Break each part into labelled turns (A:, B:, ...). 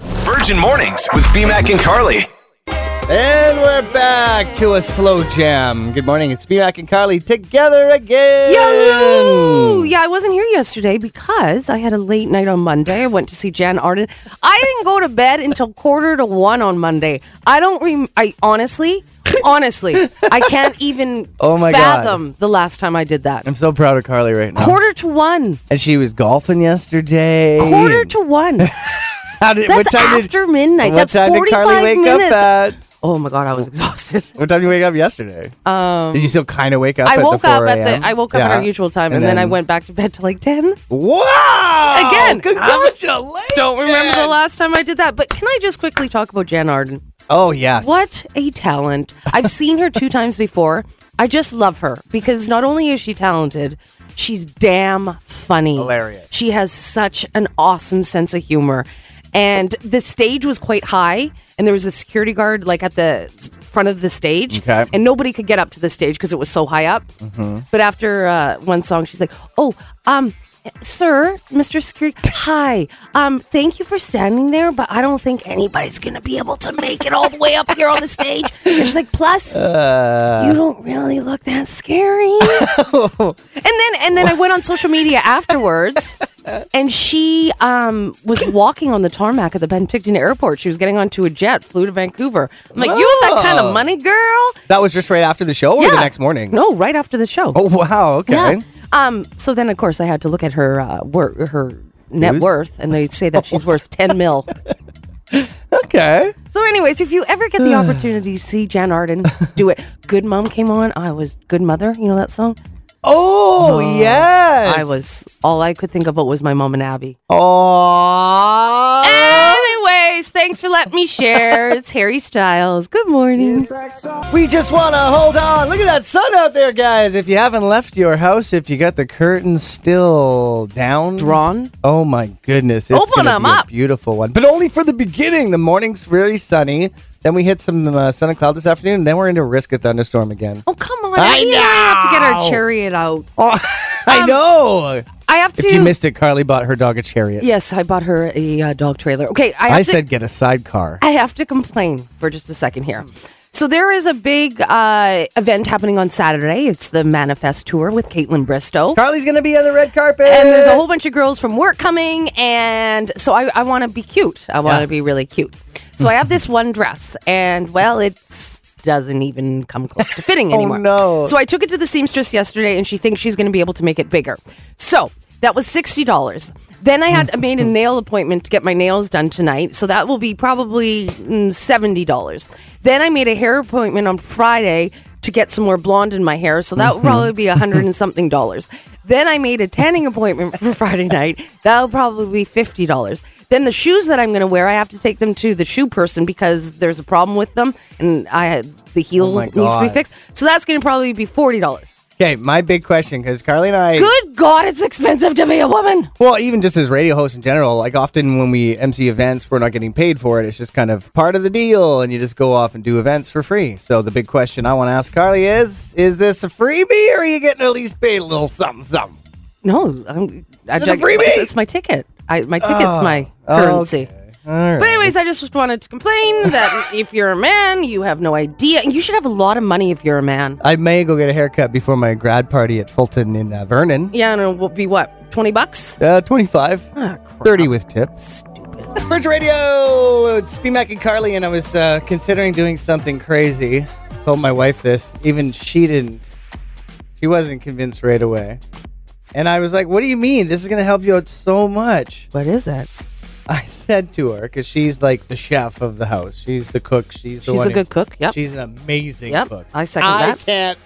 A: Virgin Mornings with BMAC and Carly.
B: And we're back to a slow jam. Good morning. It's BMAC and Carly together again.
C: Yahoo! Yeah, I wasn't here yesterday because I had a late night on Monday. I went to see Jan Arden. I didn't go to bed until quarter to one on Monday. I don't. Rem- I honestly, honestly, I can't even
B: Oh my God.
C: fathom the last time I did that.
B: I'm so proud of Carly right now.
C: Quarter to one.
B: and she was golfing yesterday.
C: Quarter to one.
B: How did, what
C: That's
B: time did,
C: after midnight.
B: What
C: That's
B: time did Carly
C: 45
B: wake
C: minutes.
B: up at?
C: Oh my god, I was exhausted.
B: What time did you wake up yesterday? Um, did you still kind of wake up?
C: I
B: at
C: woke
B: the 4
C: up at
B: a.m.?
C: the I woke up at
B: Yeah.
C: our usual time, and, then, I went back to bed till like ten.
B: Wow!
C: Again.
B: congratulations.
C: Don't remember the last time I did that. But can I just quickly talk about Jan Arden?
B: Oh yes.
C: What a talent! I've seen her two times before. I just love her because not only is she talented, she's damn funny.
B: Hilarious.
C: She has such an awesome sense of humor. And the stage was quite high, and there was a security guard like at the s- front of the stage.
B: Okay.
C: And nobody could get up to the stage because it was so high up. But after uh, one song, she's like, "Oh, um, sir, Mr. Security, hi. Um, thank you for standing there, but I don't think anybody's gonna be able to make it all the way up here on the stage." And she's like, "Plus, you don't really look that scary." and then, and then I went on social media afterwards, and she um was walking on the tarmac at the Penticton Airport. She was getting onto a jet, flew to Vancouver. I'm like, "You want that kind
B: Whoa.
C: of money, girl?"
B: That was just right after the show, or the
C: Yeah.
B: next morning?
C: No, right after the show.
B: Oh wow. Okay.
C: Yeah. Um. So then, of course, I had to look at her uh, wor- her net
B: News?
C: worth, and they say that she's worth ten mil.
B: Okay.
C: So, anyways, if you ever get the opportunity to see Jan Arden, do it. Good Mom came on. I was Good Mother. You know that song?
B: Oh, yes.
C: I was. All I could think about was my mom and Abby.
B: Oh.
C: Uh-huh. Anyways, thanks for letting me share. it's Harry Styles. Good morning.
B: We just want to hold on. Look at that sun out there, guys. If you haven't left your house, if you got the curtains still down,
C: Drawn.
B: Oh my goodness! It's
C: Open
B: gonna
C: 'em
B: be a
C: up.
B: beautiful one, but only for the beginning. The morning's very sunny. Then we hit some uh, sun and cloud this afternoon. And then we're into risk of thunderstorm again.
C: Oh come on!
B: I
C: Abby and have to get
B: know.
C: our chariot out.
B: Oh,
C: Um,
B: I know.
C: I have to.
B: If you missed it, Carly bought her dog a chariot.
C: yes, I bought her a uh, dog trailer. Okay, I, have
B: I
C: to,
B: said get a sidecar.
C: I have to complain for just a second here. So there is a big uh, event happening on Saturday. It's the Manifest Tour with Caitlin Bristow.
B: Carly's gonna be on the red carpet,
C: And there's a whole bunch of girls from work coming. And so I, I want to be cute. I want to
B: Yeah.
C: be really cute. So I have this one dress, and well, it doesn't even come close to fitting anymore.
B: Oh, no.
C: So I took it to the seamstress yesterday, and she thinks she's going to be able to make it bigger. So that was sixty dollars. Then I had I made a nail appointment to get my nails done tonight, so that will be probably mm, seventy dollars. Then I made a hair appointment on Friday to get some more blonde in my hair, so that will probably be a hundred and something dollars. Then I made a tanning appointment for Friday night. That'll probably be fifty dollars. Then the shoes that I'm going to wear, I have to take them to the shoe person because there's a problem with them, and I the heel
B: Oh my
C: needs to be
B: God.
C: fixed. So that's going to probably be forty dollars.
B: Okay, my big question because Carly and I.
C: Good God, it's expensive to be a woman.
B: Well, even just as radio hosts in general, like often when we MC events, we're not getting paid for it. It's just kind of part of the deal, and you just go off and do events for free. So the big question I want to ask Carly is: Is this a freebie, or are you getting at least paid a little something, something?
C: No, I'm. I,
B: Is it a freebie? Oh,
C: It's, it's my ticket. I, my ticket's my currency. But anyways, I just wanted to complain that if you're a man, you have no idea. You should have a lot of money if you're a man.
B: I may go get a haircut before my grad party at Fulton in uh, Vernon.
C: Yeah, and it will be what twenty bucks.
B: Uh, 25,
C: Ah, crap.
B: 30 with tips.
C: Stupid.
B: Bridge Radio! It's BMAC and Carly, and I was uh, considering doing something crazy. Told my wife this. Even she didn't. She wasn't convinced right away. And I was like, What do you mean? This is going to help you out so much.
C: What is it?
B: I said to her, because she's like the chef of the house. She's the cook. She's the one
C: She's a
B: who-
C: good cook. Yep.
B: She's an amazing
C: Yep,
B: cook.
C: I second
B: I
C: that.
B: can't.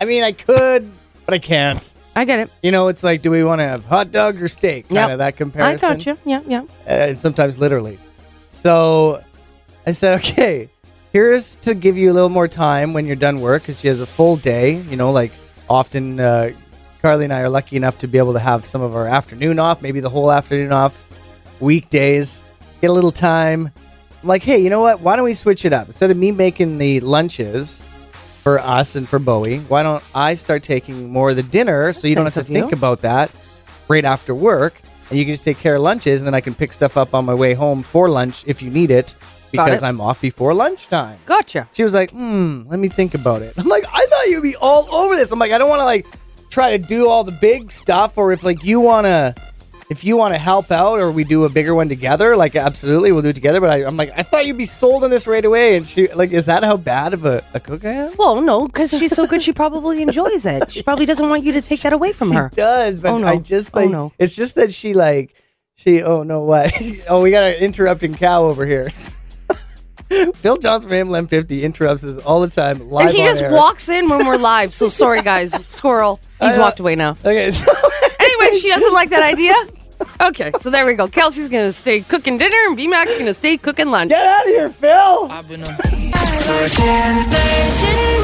B: I mean, I could, but I can't.
C: I get it.
B: You know, it's like, do we want to have hot dogs or steak? Kind
C: Yep.
B: of that comparison.
C: I got you. Yeah, yeah.
B: Uh, and sometimes literally. So I said, okay, here's to give you a little more time when you're done work because she has a full day. You know, like often uh, Carly and I are lucky enough to be able to have some of our afternoon off, maybe the whole afternoon off, weekdays, get a little time. I'm like, hey, you know what? Why don't we switch it up? Instead of me making the lunches for us and for Bowie, why don't I start taking more of the dinner so you don't have
C: nice
B: to
C: of you.
B: think about that right after work? and you can just take care of lunches, and then I can pick stuff up on my way home for lunch if you need it
C: Got
B: because
C: it.
B: I'm off before lunchtime.
C: Gotcha.
B: She was like, hmm, let me think about it. I'm like, I thought you'd be all over this. I'm like, I don't want to like try to do all the big stuff, or if like you wanna, if you wanna help out, or we do a bigger one together, like absolutely, we'll do it together. But I, I'm like, I thought you'd be sold on this right away. And she like, is that how bad of a, a cook I am?
C: Well, no, because she's so good, she probably enjoys it. She probably doesn't want you to take that away from her.
B: She does, but
C: Oh, no.
B: I just
C: Oh,
B: like
C: no.
B: it's just that she like she oh no what oh we got an interrupting cow over here. Phil Johnson from AMLM 50 interrupts us all the time. Live
C: And he
B: on
C: just
B: air.
C: walks in when we're live. So sorry, guys. Squirrel. He's
B: know.
C: walked away now.
B: Okay, so
C: Anyway, she doesn't like that idea. Okay, so there we go. Kelsey's gonna stay cooking dinner, and B Mac's gonna stay cooking lunch.
B: get out of here, Phil.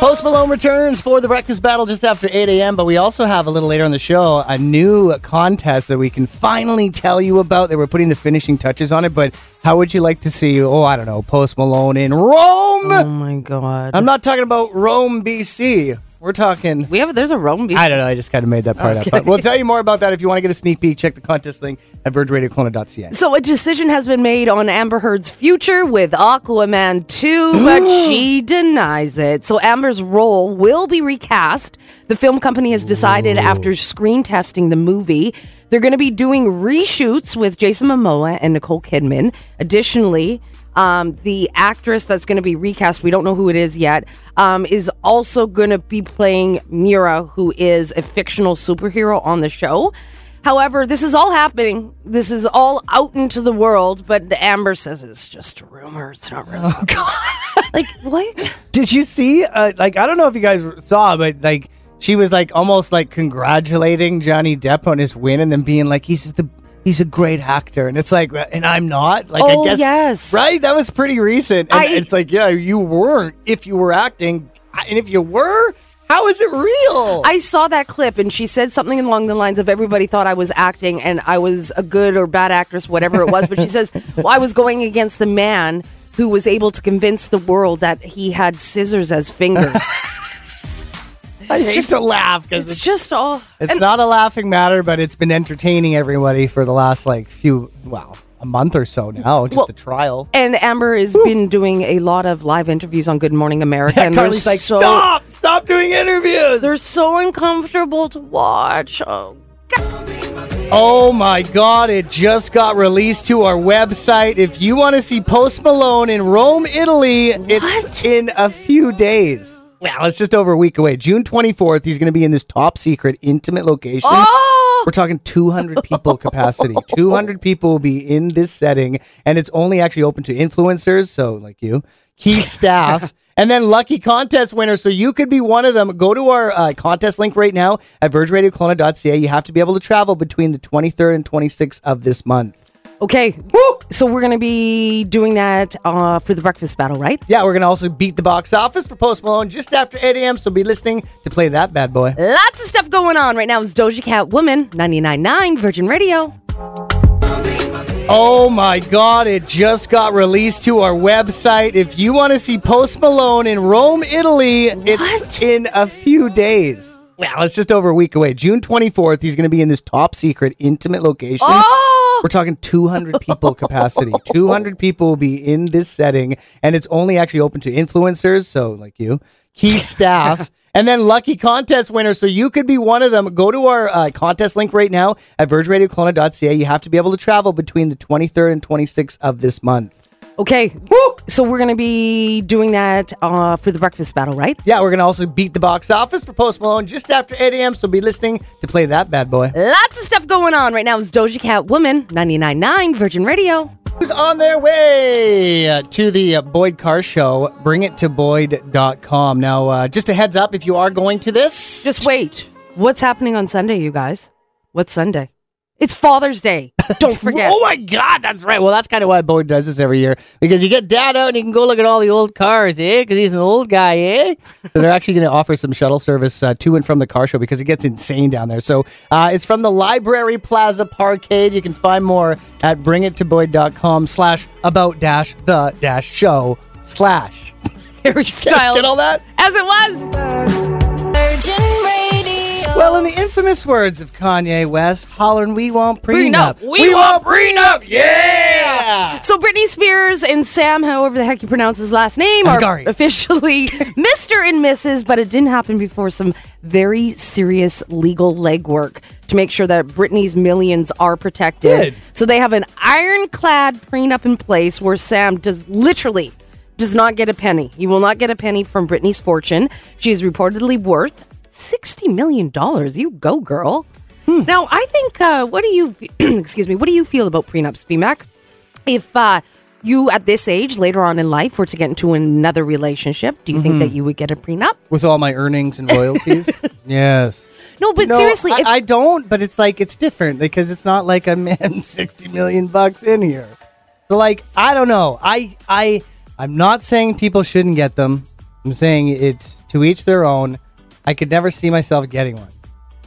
B: Post Malone returns for the breakfast battle just after 8 a.m. But we also have a little later on the show a new contest that we can finally tell you about. That we're putting the finishing touches on it. But how would you like to see? Oh, I don't know. Post Malone in Rome.
C: Oh my god.
B: I'm not talking about Rome, BC. We're talking.
C: we have there's a Rome beast.
B: I don't know. I just kind of made that part up. But we'll tell you more about that if you want to get a sneak peek. Check the contest link at vergeradioclona.ca.
C: So a decision has been made on Amber Heard's future with Aquaman 2, but she denies it. So Amber's role will be recast. The film company has decided after screen testing the movie, they're going to be doing reshoots with Jason Momoa and Nicole Kidman. Additionally, um, the actress that's going to be recast, we don't know who it is yet, um, is also going to be playing Mira, who is a fictional superhero on the show. However, this is all happening. This is all out into the world, but Amber says it's just a rumor. It's not real. Oh, God. like, what?
B: Did you see? Uh, like, I don't know if you guys saw, but like, she was like almost like congratulating Johnny Depp on his win, and then being like, "He's the he's a great actor," and it's like, and I'm not. Like,
C: Oh,
B: I guess
C: yes.
B: right. That was pretty recent, and
C: I-
B: it's like, yeah, you weren't if you were acting, and if you were, how is it real?
C: I saw that clip and she said something along the lines of everybody thought I was acting and I was a good or bad actress, whatever it was. But she says, well, I was going against the man who was able to convince the world that he had scissors as fingers.
B: it's just a laugh because
C: it's just all.
B: It's not a laughing matter, but it's been entertaining everybody for the last like few, well, a month or so now, just
C: Well,
B: the trial.
C: And Amber has been doing a lot of live interviews on Good Morning America. and they're
B: Carly's like,
C: so,
B: stop, stop doing interviews.
C: They're so uncomfortable to watch. Oh,
B: Oh my God, it just got released to our website. If you want to see Post Malone in Rome, Italy, it's
C: What?
B: in a few days. Well, it's just over a week away. June 24th, he's going to be in this top secret, intimate location.
C: oh!
B: We're talking 200 people capacity. 200 people will be in this setting, and it's only actually open to influencers, so like you, key staff, and then lucky contest winners. So you could be one of them. Go to our uh, contest link right now at vergeradioclona.ca. You have to be able to travel between the 23rd and 26th of this month.
C: Okay.
B: Woo!
C: So we're going to be doing that uh, for the breakfast battle, right?
B: Yeah, we're going to also beat the box office for Post Malone just after 8 a.m., so be listening to play that bad boy.
C: Lots of stuff going on right now. It's Doja Cat Woman, 99.9 Virgin Radio.
B: Oh my God, it just got released to our website. If you want to see Post Malone in Rome, Italy, it's
C: What?
B: in a few days. Well, it's just over a week away. June 24th, he's going to be in this top secret, intimate location.
C: Oh!
B: We're talking 200 people capacity. 200 people will be in this setting, and it's only actually open to influencers, so like you, key staff, and then lucky contest winners. So you could be one of them. Go to our uh, contest link right now at vergeradioclona.ca. You have to be able to travel between the 23rd and 26th of this month.
C: Okay.
B: Woo!
C: So we're going to be doing that uh, for the breakfast battle, right?
B: Yeah, we're going to also beat the box office for Post Malone just after 8 a.m., so be listening to play that bad boy.
C: Lots of stuff going on right now. It's Doja Cat Woman, 99.9 Virgin Radio.
B: Who's on their way uh, to the uh, Boyd Car Show? Bring it to Boyd.com. Now, uh, just a heads up if you are going to this.
C: Just wait. What's happening on Sunday, you guys? What's Sunday? It's Father's Day. Don't forget.
B: Oh my God, that's right. Well, that's kind of why Boyd does this every year because you get dad out and he can go look at all the old cars, eh? Because he's an old guy, eh? so they're actually going to offer some shuttle service uh, to and from the car show because it gets insane down there. So uh, it's from the Library Plaza Parkade. You can find more at bringittoboyd.com slash about dash the dash show slash.
C: Harry Styles.
B: Get all that?
C: As it was.
D: Virgin Radio.
B: Well, in the infamous words of Kanye West, hollering, we won't prenup.
C: We, want prenup.
B: Yeah!
C: So Britney Spears and Sam, however the heck you pronounce his last name,
B: Asghari.
C: are officially Mr. and Mrs., but it didn't happen before some very serious legal legwork to make sure that Britney's millions are
B: Good.
C: protected. So they have an ironclad prenup in place where Sam does literally does not get a penny. He will not get a penny from Britney's fortune. She is reportedly worth sixty million dollars. You go, girl.
B: Hmm.
C: Now, I think. Uh, what do you? excuse me. What do you feel about prenups, BMAC? If uh, you at this age, later on in life, were to get into another relationship, do you think
B: Mm-hmm.
C: that you would get a prenup?
B: With all my earnings and royalties? yes.
C: No, but
B: No,
C: seriously,
B: I,
C: if,
B: I don't. But it's like it's different because it's not like I'm in sixty million bucks in here. So like I don't know. I I I'm not saying people shouldn't get them. I'm saying it's to each their own. I could never see myself getting one,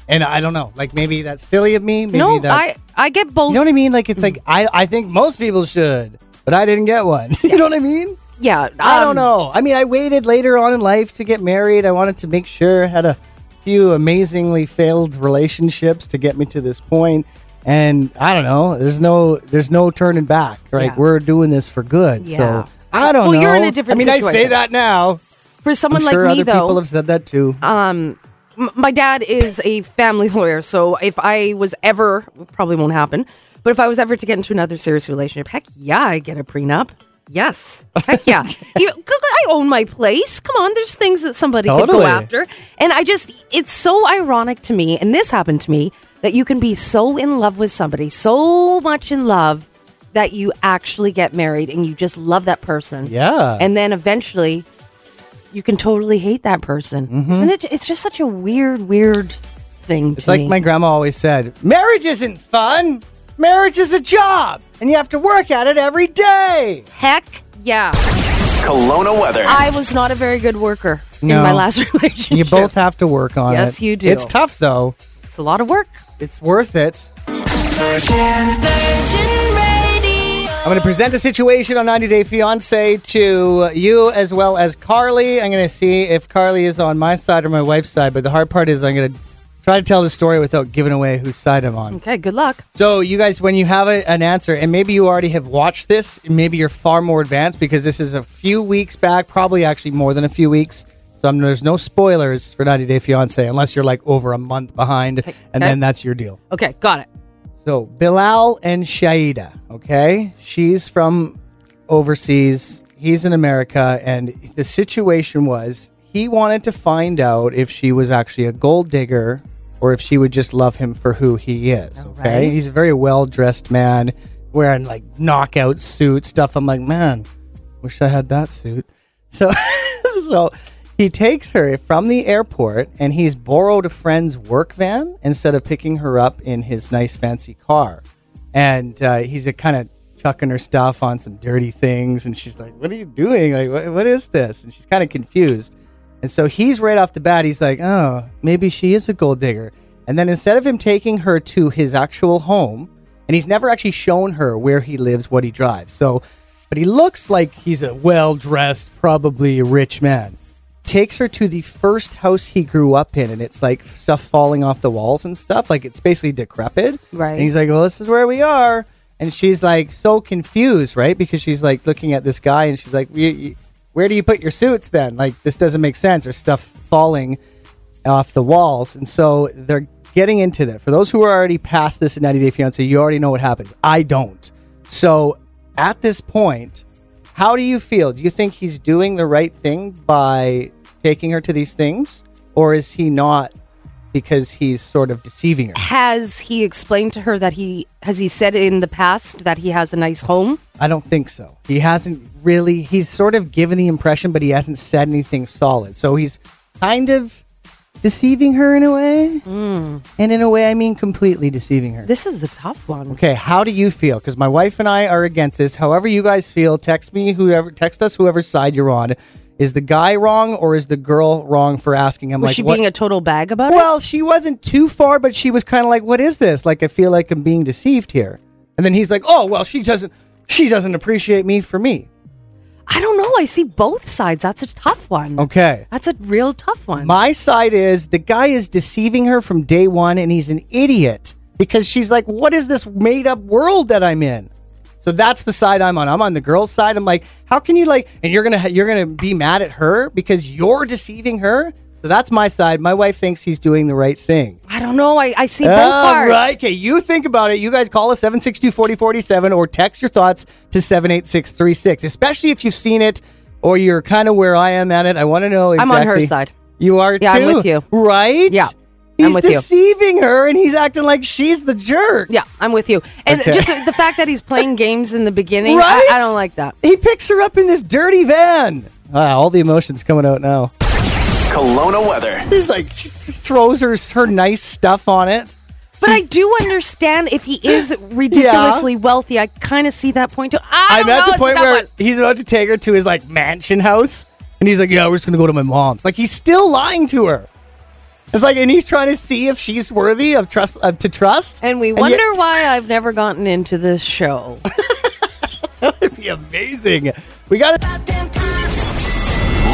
B: and I don't know. Like maybe that's silly of me. Maybe
C: no,
B: that's,
C: I I get both.
B: You know what I mean? Like it's like I I think most people should, but I didn't get one. you know what I mean?
C: yeah,
B: I
C: um,
B: don't know. I mean, I waited later on in life to get married. I wanted to make sure I had a few amazingly failed relationships to get me to this point. And I don't know. There's no there's no turning back. Right?
C: Yeah.
B: We're doing this for good.
C: Yeah.
B: So I don't
C: Well,
B: know.
C: you're in a different
B: I mean, I say
C: situation.
B: that now.
C: For someone
B: I'm
C: like
B: sure
C: me,
B: other
C: though, Um,
B: people have said that too.
C: m- my dad is a family lawyer, so if I was ever, probably won't happen, but if I was ever to get into another serious relationship, heck yeah, I get a prenup. Yes, heck yeah. you, g- g- I own my place. Come on, there's things that somebody could
B: Totally.
C: go after, and I just, it's so ironic to me, and this happened to me that you can be so in love with somebody, so much in love that you actually get married and you just love that person.
B: Yeah.
C: And then eventually you can totally hate that person. Isn't it? It's just such a weird, weird thing.
B: Mm-hmm. It's like my grandma always said, marriage isn't fun. Marriage is a job, and you have to work at it every day.
C: heck. Yeah,
A: Kelowna weather.
C: I was not a very good worker in
B: No.
C: my last relationship.
B: You both have to work on it.
C: Yes, you do.
B: It's tough though.
C: It's a lot of work.
B: It's worth it. I'm going to present a situation on 90 Day Fiance to you as well as Carly. I'm going to see if Carly is on my side or my wife's side. But the hard part is I'm going to try to tell the story without giving away whose side I'm on.
C: Okay, good luck.
B: So, you guys, when you have a, an answer, and maybe you already have watched this, maybe you're far more advanced because this is a few weeks back, probably actually more than a few weeks. So, I'm, there's no spoilers for 90 Day Fiance unless you're like over a month behind, and
C: okay.
B: then that's your deal.
C: Okay, got it.
B: So Bilal and Shaida, okay? She's from overseas. He's in America, and the situation was he wanted to find out if she was actually a gold digger or if she would just love him for who he is. Okay,
C: right.
B: he's a very well dressed man, wearing like knockout suit stuff. I'm like, man, wish I had that suit. So, so he takes her from the airport, and he's borrowed a friend's work van instead of picking her up in his nice fancy car. And uh, he's kind of chucking her stuff on some dirty things, and she's like, "What are you doing? Like, what, what is this?" And she's kind of confused. And so he's right off the bat, he's like, "Oh, maybe she is a gold digger." And then instead of him taking her to his actual home, and he's never actually shown her where he lives, what he drives. So, but he looks like he's a well dressed, probably rich man. Takes her to the first house he grew up in, and it's like stuff falling off the walls and stuff. Like it's basically decrepit.
C: Right.
B: And he's like, Well, this is where we are. And she's like, so confused, right? Because she's like looking at this guy and she's like, "You- you- Where do you put your suits then? Like, this doesn't make sense, or stuff falling off the walls. And so they're getting into that. For those who are already past this in 90 Day Fiance, you already know what happens. I don't. So at this point, how do you feel? Do you think he's doing the right thing by taking her to these things? Or is he not because he's sort of deceiving her?
C: Has he explained to her that he has he said in the past that he has a nice home?
B: I don't think so. He hasn't really. He's sort of given the impression, but he hasn't said anything solid. So he's kind of deceiving her in a way, and in a way, I mean completely deceiving her.
C: This is a tough one.
B: Okay, how do you feel? Because my wife and I are against this. However, you guys feel, text me whoever, text us whoever side you're on. Is the guy wrong or is the girl wrong for asking him?
C: Was
B: like,
C: she
B: what-
C: being a total bag about it?
B: well, she wasn't too far, but she was kind of like, "What is this? Like, I feel like I'm being deceived here." And then he's like, "Oh, well, she doesn't. She doesn't appreciate me for me."
C: I don't know. I see both sides. That's a tough one.
B: Okay.
C: That's a real tough one.
B: My side is the guy is deceiving her from day one and he's an idiot because she's like, what is this made up world that I'm in? So that's the side I'm on. I'm on the girl's side. I'm like, how can you like, and you're gonna ha- you're gonna be mad at her because you're deceiving her. So that's my side. My wife thinks he's doing the right thing.
C: I don't know. I, I see both
B: All
C: parts.
B: Oh, right. Okay, you think about it. You guys call us 762-4047 or text your thoughts to 78636. Especially if you've seen it or you're kind of where I am at it. I want to know
C: I'm
B: exactly.
C: on her side.
B: You are
C: Yeah, I'm
B: too,
C: with you.
B: Right?
C: Yeah,
B: He's
C: I'm with you.
B: deceiving her and he's acting like she's the jerk.
C: Yeah, I'm with you. And
B: Okay.
C: just the fact that he's playing games in the beginning,
B: Right?
C: I, I don't like that.
B: He picks her up in this dirty van. Ah, all the emotions coming out now.
A: Kelowna weather.
B: He's like she throws her her nice stuff on it.
C: But I do understand if he is ridiculously wealthy. I kind of see that point too. I
B: I'm
C: don't
B: at
C: know.
B: the
C: It's
B: point
C: a tough
B: where
C: one.
B: he's about to take her to his like mansion house, and he's like, "Yeah, we're just gonna go to my mom's." Like he's still lying to her. It's like, and he's trying to see if she's worthy of trust of, to trust.
C: and we
B: yet-
C: wonder why I've never gotten into this show.
B: it'd be amazing. We got a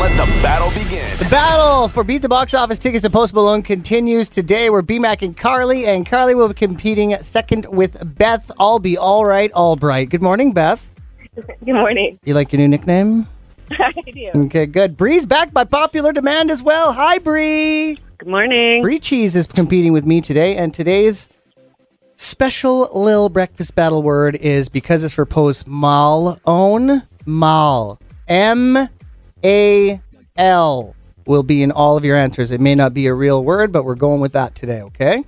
A: Let the battle begin.
B: battle for beat the box office tickets to Post Malone continues today. We're BMAC and Carly, and Carly will be competing second with Beth. All be all right, all bright. Good morning, Beth.
D: Good morning.
B: You like your new nickname?
D: I do.
B: Okay, good. Bree's back by popular demand as well. Hi, Bree.
D: Good morning.
B: Brie Cheese is competing with me today, and today's special lil breakfast battle word is because it's for post mal own mal m a l will be in all of your answers. It may not be a real word, but we're going with that today. Okay.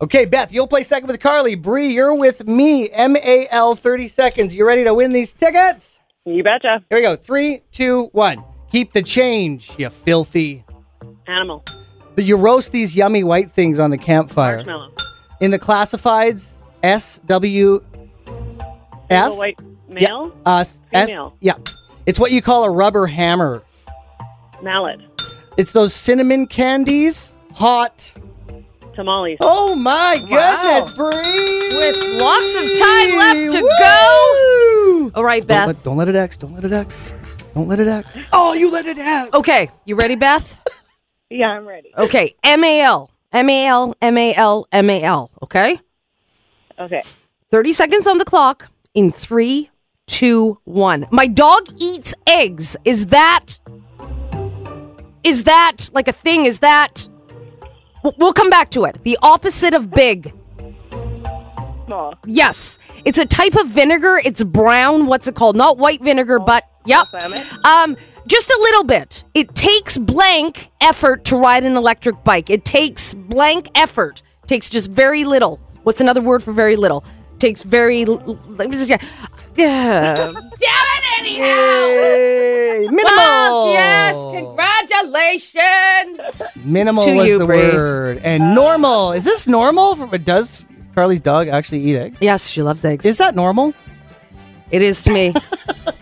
B: Okay, Beth, you'll play second with Carly. Bree, you're with me. M A L. Thirty seconds. You ready to win these tickets?
D: You betcha.
B: Here we go. Three, two, one. Keep the change, you filthy
D: Animal.
B: but you roast these yummy white things on the campfire.
D: Marshmallow.
B: In the classifieds, S W F.
D: Little white male.
B: Yeah, uh, S-
D: Female.
B: yeah. It's what you call a rubber hammer.
D: Mallet.
B: It's those cinnamon candies. Hot.
D: Tamales.
B: Oh my
C: Wow.
B: goodness, Bree!
C: With lots of time left to
B: go.
C: All right,
B: Don't
C: Beth.
B: let, don't let it X. Don't let it X. Don't let it X. Oh, you let it X.
C: Okay, you ready, Beth?
D: Yeah, I'm ready.
C: Okay, M A L M A L M A L M A L. Okay,
D: Okay.
C: thirty seconds on the clock. In three, two, one. My dog eats eggs. Is that? Is that like a thing? Is that? w- We'll come back to it. The opposite of big.
D: Small.
C: Yes, it's a type of vinegar. It's brown. What's it called? Not white vinegar, but yep.
D: Balsamic.
C: Um, just a little bit. It takes blank effort to ride an electric bike. It takes blank effort. takes just very little. What's another word for very little? Takes very. l- l- let me just- yeah. Yeah. Damn it, anyhow.
B: Yay. Minimal.
C: Well, yes, congratulations.
B: Minimal
C: To
B: was
C: you,
B: the
C: Bree.
B: word. And normal. Is this normal? For- Does Carly's dog actually eat eggs?
C: Yes, she loves eggs.
B: Is that normal?
C: It is to me.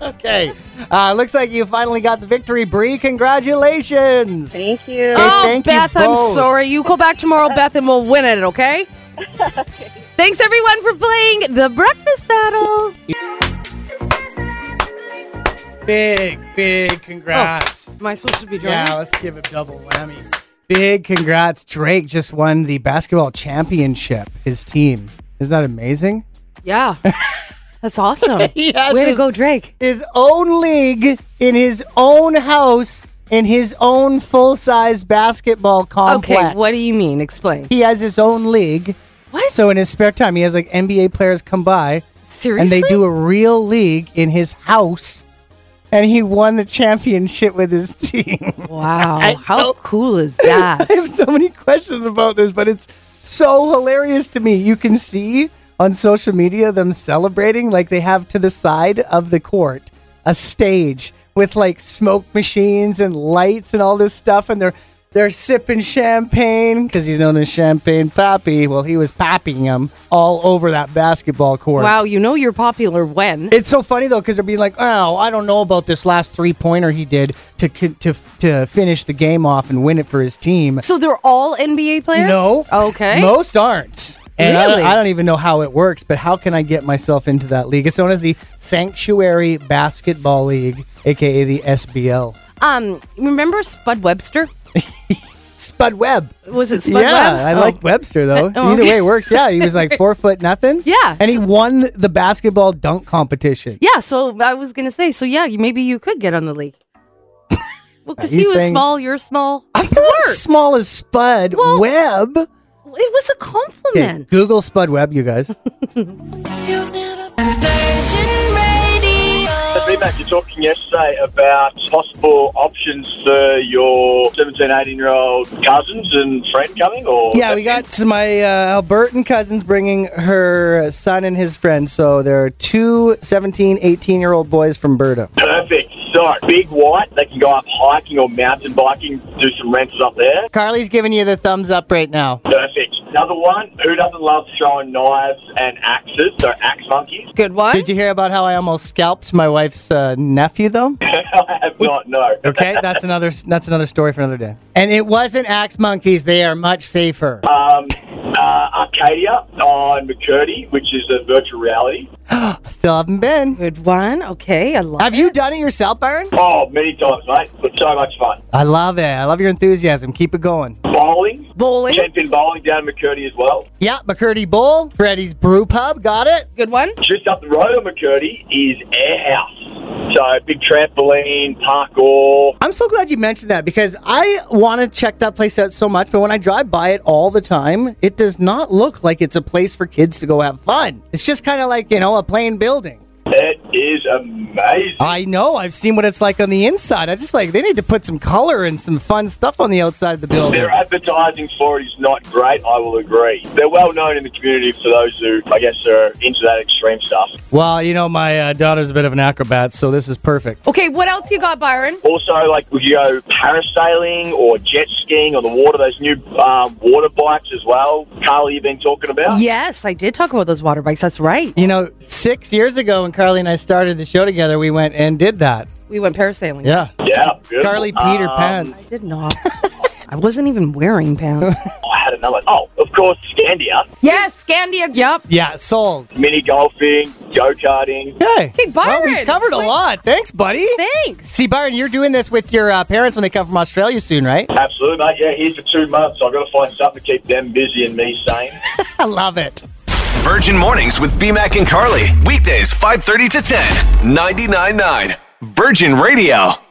B: Okay. Uh, looks like you finally got the victory, Bree. Congratulations.
D: Thank you.
B: Hey,
C: oh,
B: thank you
C: Beth, I'm
B: both.
C: sorry. You go back tomorrow, Beth, and we'll win it, okay? Thanks, everyone, for playing the breakfast battle.
B: Big, big congrats.
C: Am I supposed to be joining?
B: Yeah, let's give it double whammy. Big congrats. Drake just won the basketball championship, his team. Isn't that amazing?
C: Yeah. That's awesome.
B: Yes,
C: Way to
B: it's-
C: go, Drake.
B: His own league in his own house in his own full size basketball complex.
C: Okay, what do you mean? Explain.
B: He has his own league.
C: What?
B: So in his spare time, he has like NBA players come by and
C: Seriously?
B: they do a real league in his house. And he won the championship with his team.
C: Wow. How
B: don't-
C: cool is that?
B: I have so many questions about this, but it's so hilarious to me. You can see on social media them celebrating, like they have to the side of the court a stage with like smoke machines and lights and all this stuff, and they're they're sipping champagne because he's known as Champagne Poppy. Well, he was popping them all over that basketball court.
C: wow, you know you're popular when?
B: It's so funny though because they're being like, "Oh, I don't know about this last three pointer he did to con- to to finish the game off and win it for his team."
C: so they're all NBA players?
B: No.
C: Okay.
B: Most aren't. And I, don't,
C: Really?
B: I don't even know how it works, but how can I get myself into that league? It's known as the Sanctuary Basketball League, aka the SBL.
C: Um, remember Spud Webster?
B: Spud Webb.
C: Was it Spud
B: yeah,
C: Webb?
B: I
C: Oh.
B: like Webster though.
C: oh,
B: Either
C: okay.
B: way, it works. Yeah, he was like four foot nothing.
C: Yeah.
B: and he won the basketball dunk competition.
C: Yeah, so I was gonna say, so yeah, you- maybe you could get on the league. Well, because
B: you
C: he was
B: saying-
C: small, you're small.
B: I'm
C: It
B: not as
C: worked.
B: small as Spud
C: Well-
B: Webb.
C: It was a compliment.
B: Okay, Google Spud Webb, you guys.
E: You've never Virgin Radio.
F: Hey, Matt, you're talking yesterday about possible options for your 17, 18 year old cousins and friend coming, or
B: Yeah, we got so my uh, Albertan cousins bringing her son and his friend. So there are two 17, 18 year old boys from Berta.
F: perfect. So big white, they can go up hiking or mountain biking, do some rentals up there.
B: Carly's giving you the thumbs up right now.
F: Perfect. Another one, who doesn't love throwing knives and axes? So axe monkeys.
C: Good one.
B: Did you hear about how I almost scalped my wife's uh, nephew though?
F: I have not no.
B: Okay, that's another that's another story for another day. And it wasn't axe monkeys; they are much safer.
F: Um, uh, Arcadia on McCurdy, which is a virtual reality.
B: Still haven't been.
C: Good one. Okay, I love.
B: Have you done it yourself, Byron?
F: Oh, many times, mate. It's so much fun.
B: I love it. I love your enthusiasm. Keep it going.
F: Bowling,
C: bowling.
F: ten pin bowling down McCurdy as well.
B: Yeah, McCurdy Bowl, Freddy's Brew Pub. Got it.
C: Good one.
F: Just up the road on McCurdy is Air House. So big trampoline, parkour.
B: I'm so glad you mentioned that because I want to check that place out so much, but when I drive by it all the time, it does not look like it's a place for kids to go have fun. It's just kind of like, you know, a plain building.
F: It is amazing.
B: I know. I've seen what it's like on the inside. I just like, they need to put some color and some fun stuff on the outside of the building.
F: Their advertising for it is not great, I will agree. They're well known in the community for those who, I guess, are into that extreme stuff.
B: Well, you know, my uh, daughter's a bit of an acrobat, so this is perfect.
C: Okay, what else you got, Byron?
F: Also, like, would you go parasailing or jet skiing on the water, those new um, water bikes as well, Carly, you've been talking about?
C: Yes, I did talk about those water bikes. That's right.
B: You know, six years ago when Carly and I started the show together, we went and did that.
C: We went parasailing.
B: Yeah.
F: Yeah, beautiful.
B: Carly Peter
F: Um,
B: Pants.
C: I did not. I wasn't even wearing pants.
F: I had another. Oh, of course, Scandia.
C: yes, Scandia. Yup.
B: Yeah, sold.
F: Mini golfing, go karting.
B: Okay.
C: Hey,
B: Well, we've
C: Byron.
B: covered a
C: Wait.
B: lot. Thanks, buddy.
C: Thanks.
B: See, Byron, you're doing this with your uh, parents when they come from Australia soon, right?
F: Absolutely, mate. Yeah, here's for two months. I've got to find something to keep them busy and me sane.
B: I love it.
A: Virgin Mornings with BMAC and Carly. Weekdays 5:30 to 10. 99.9 Virgin Radio.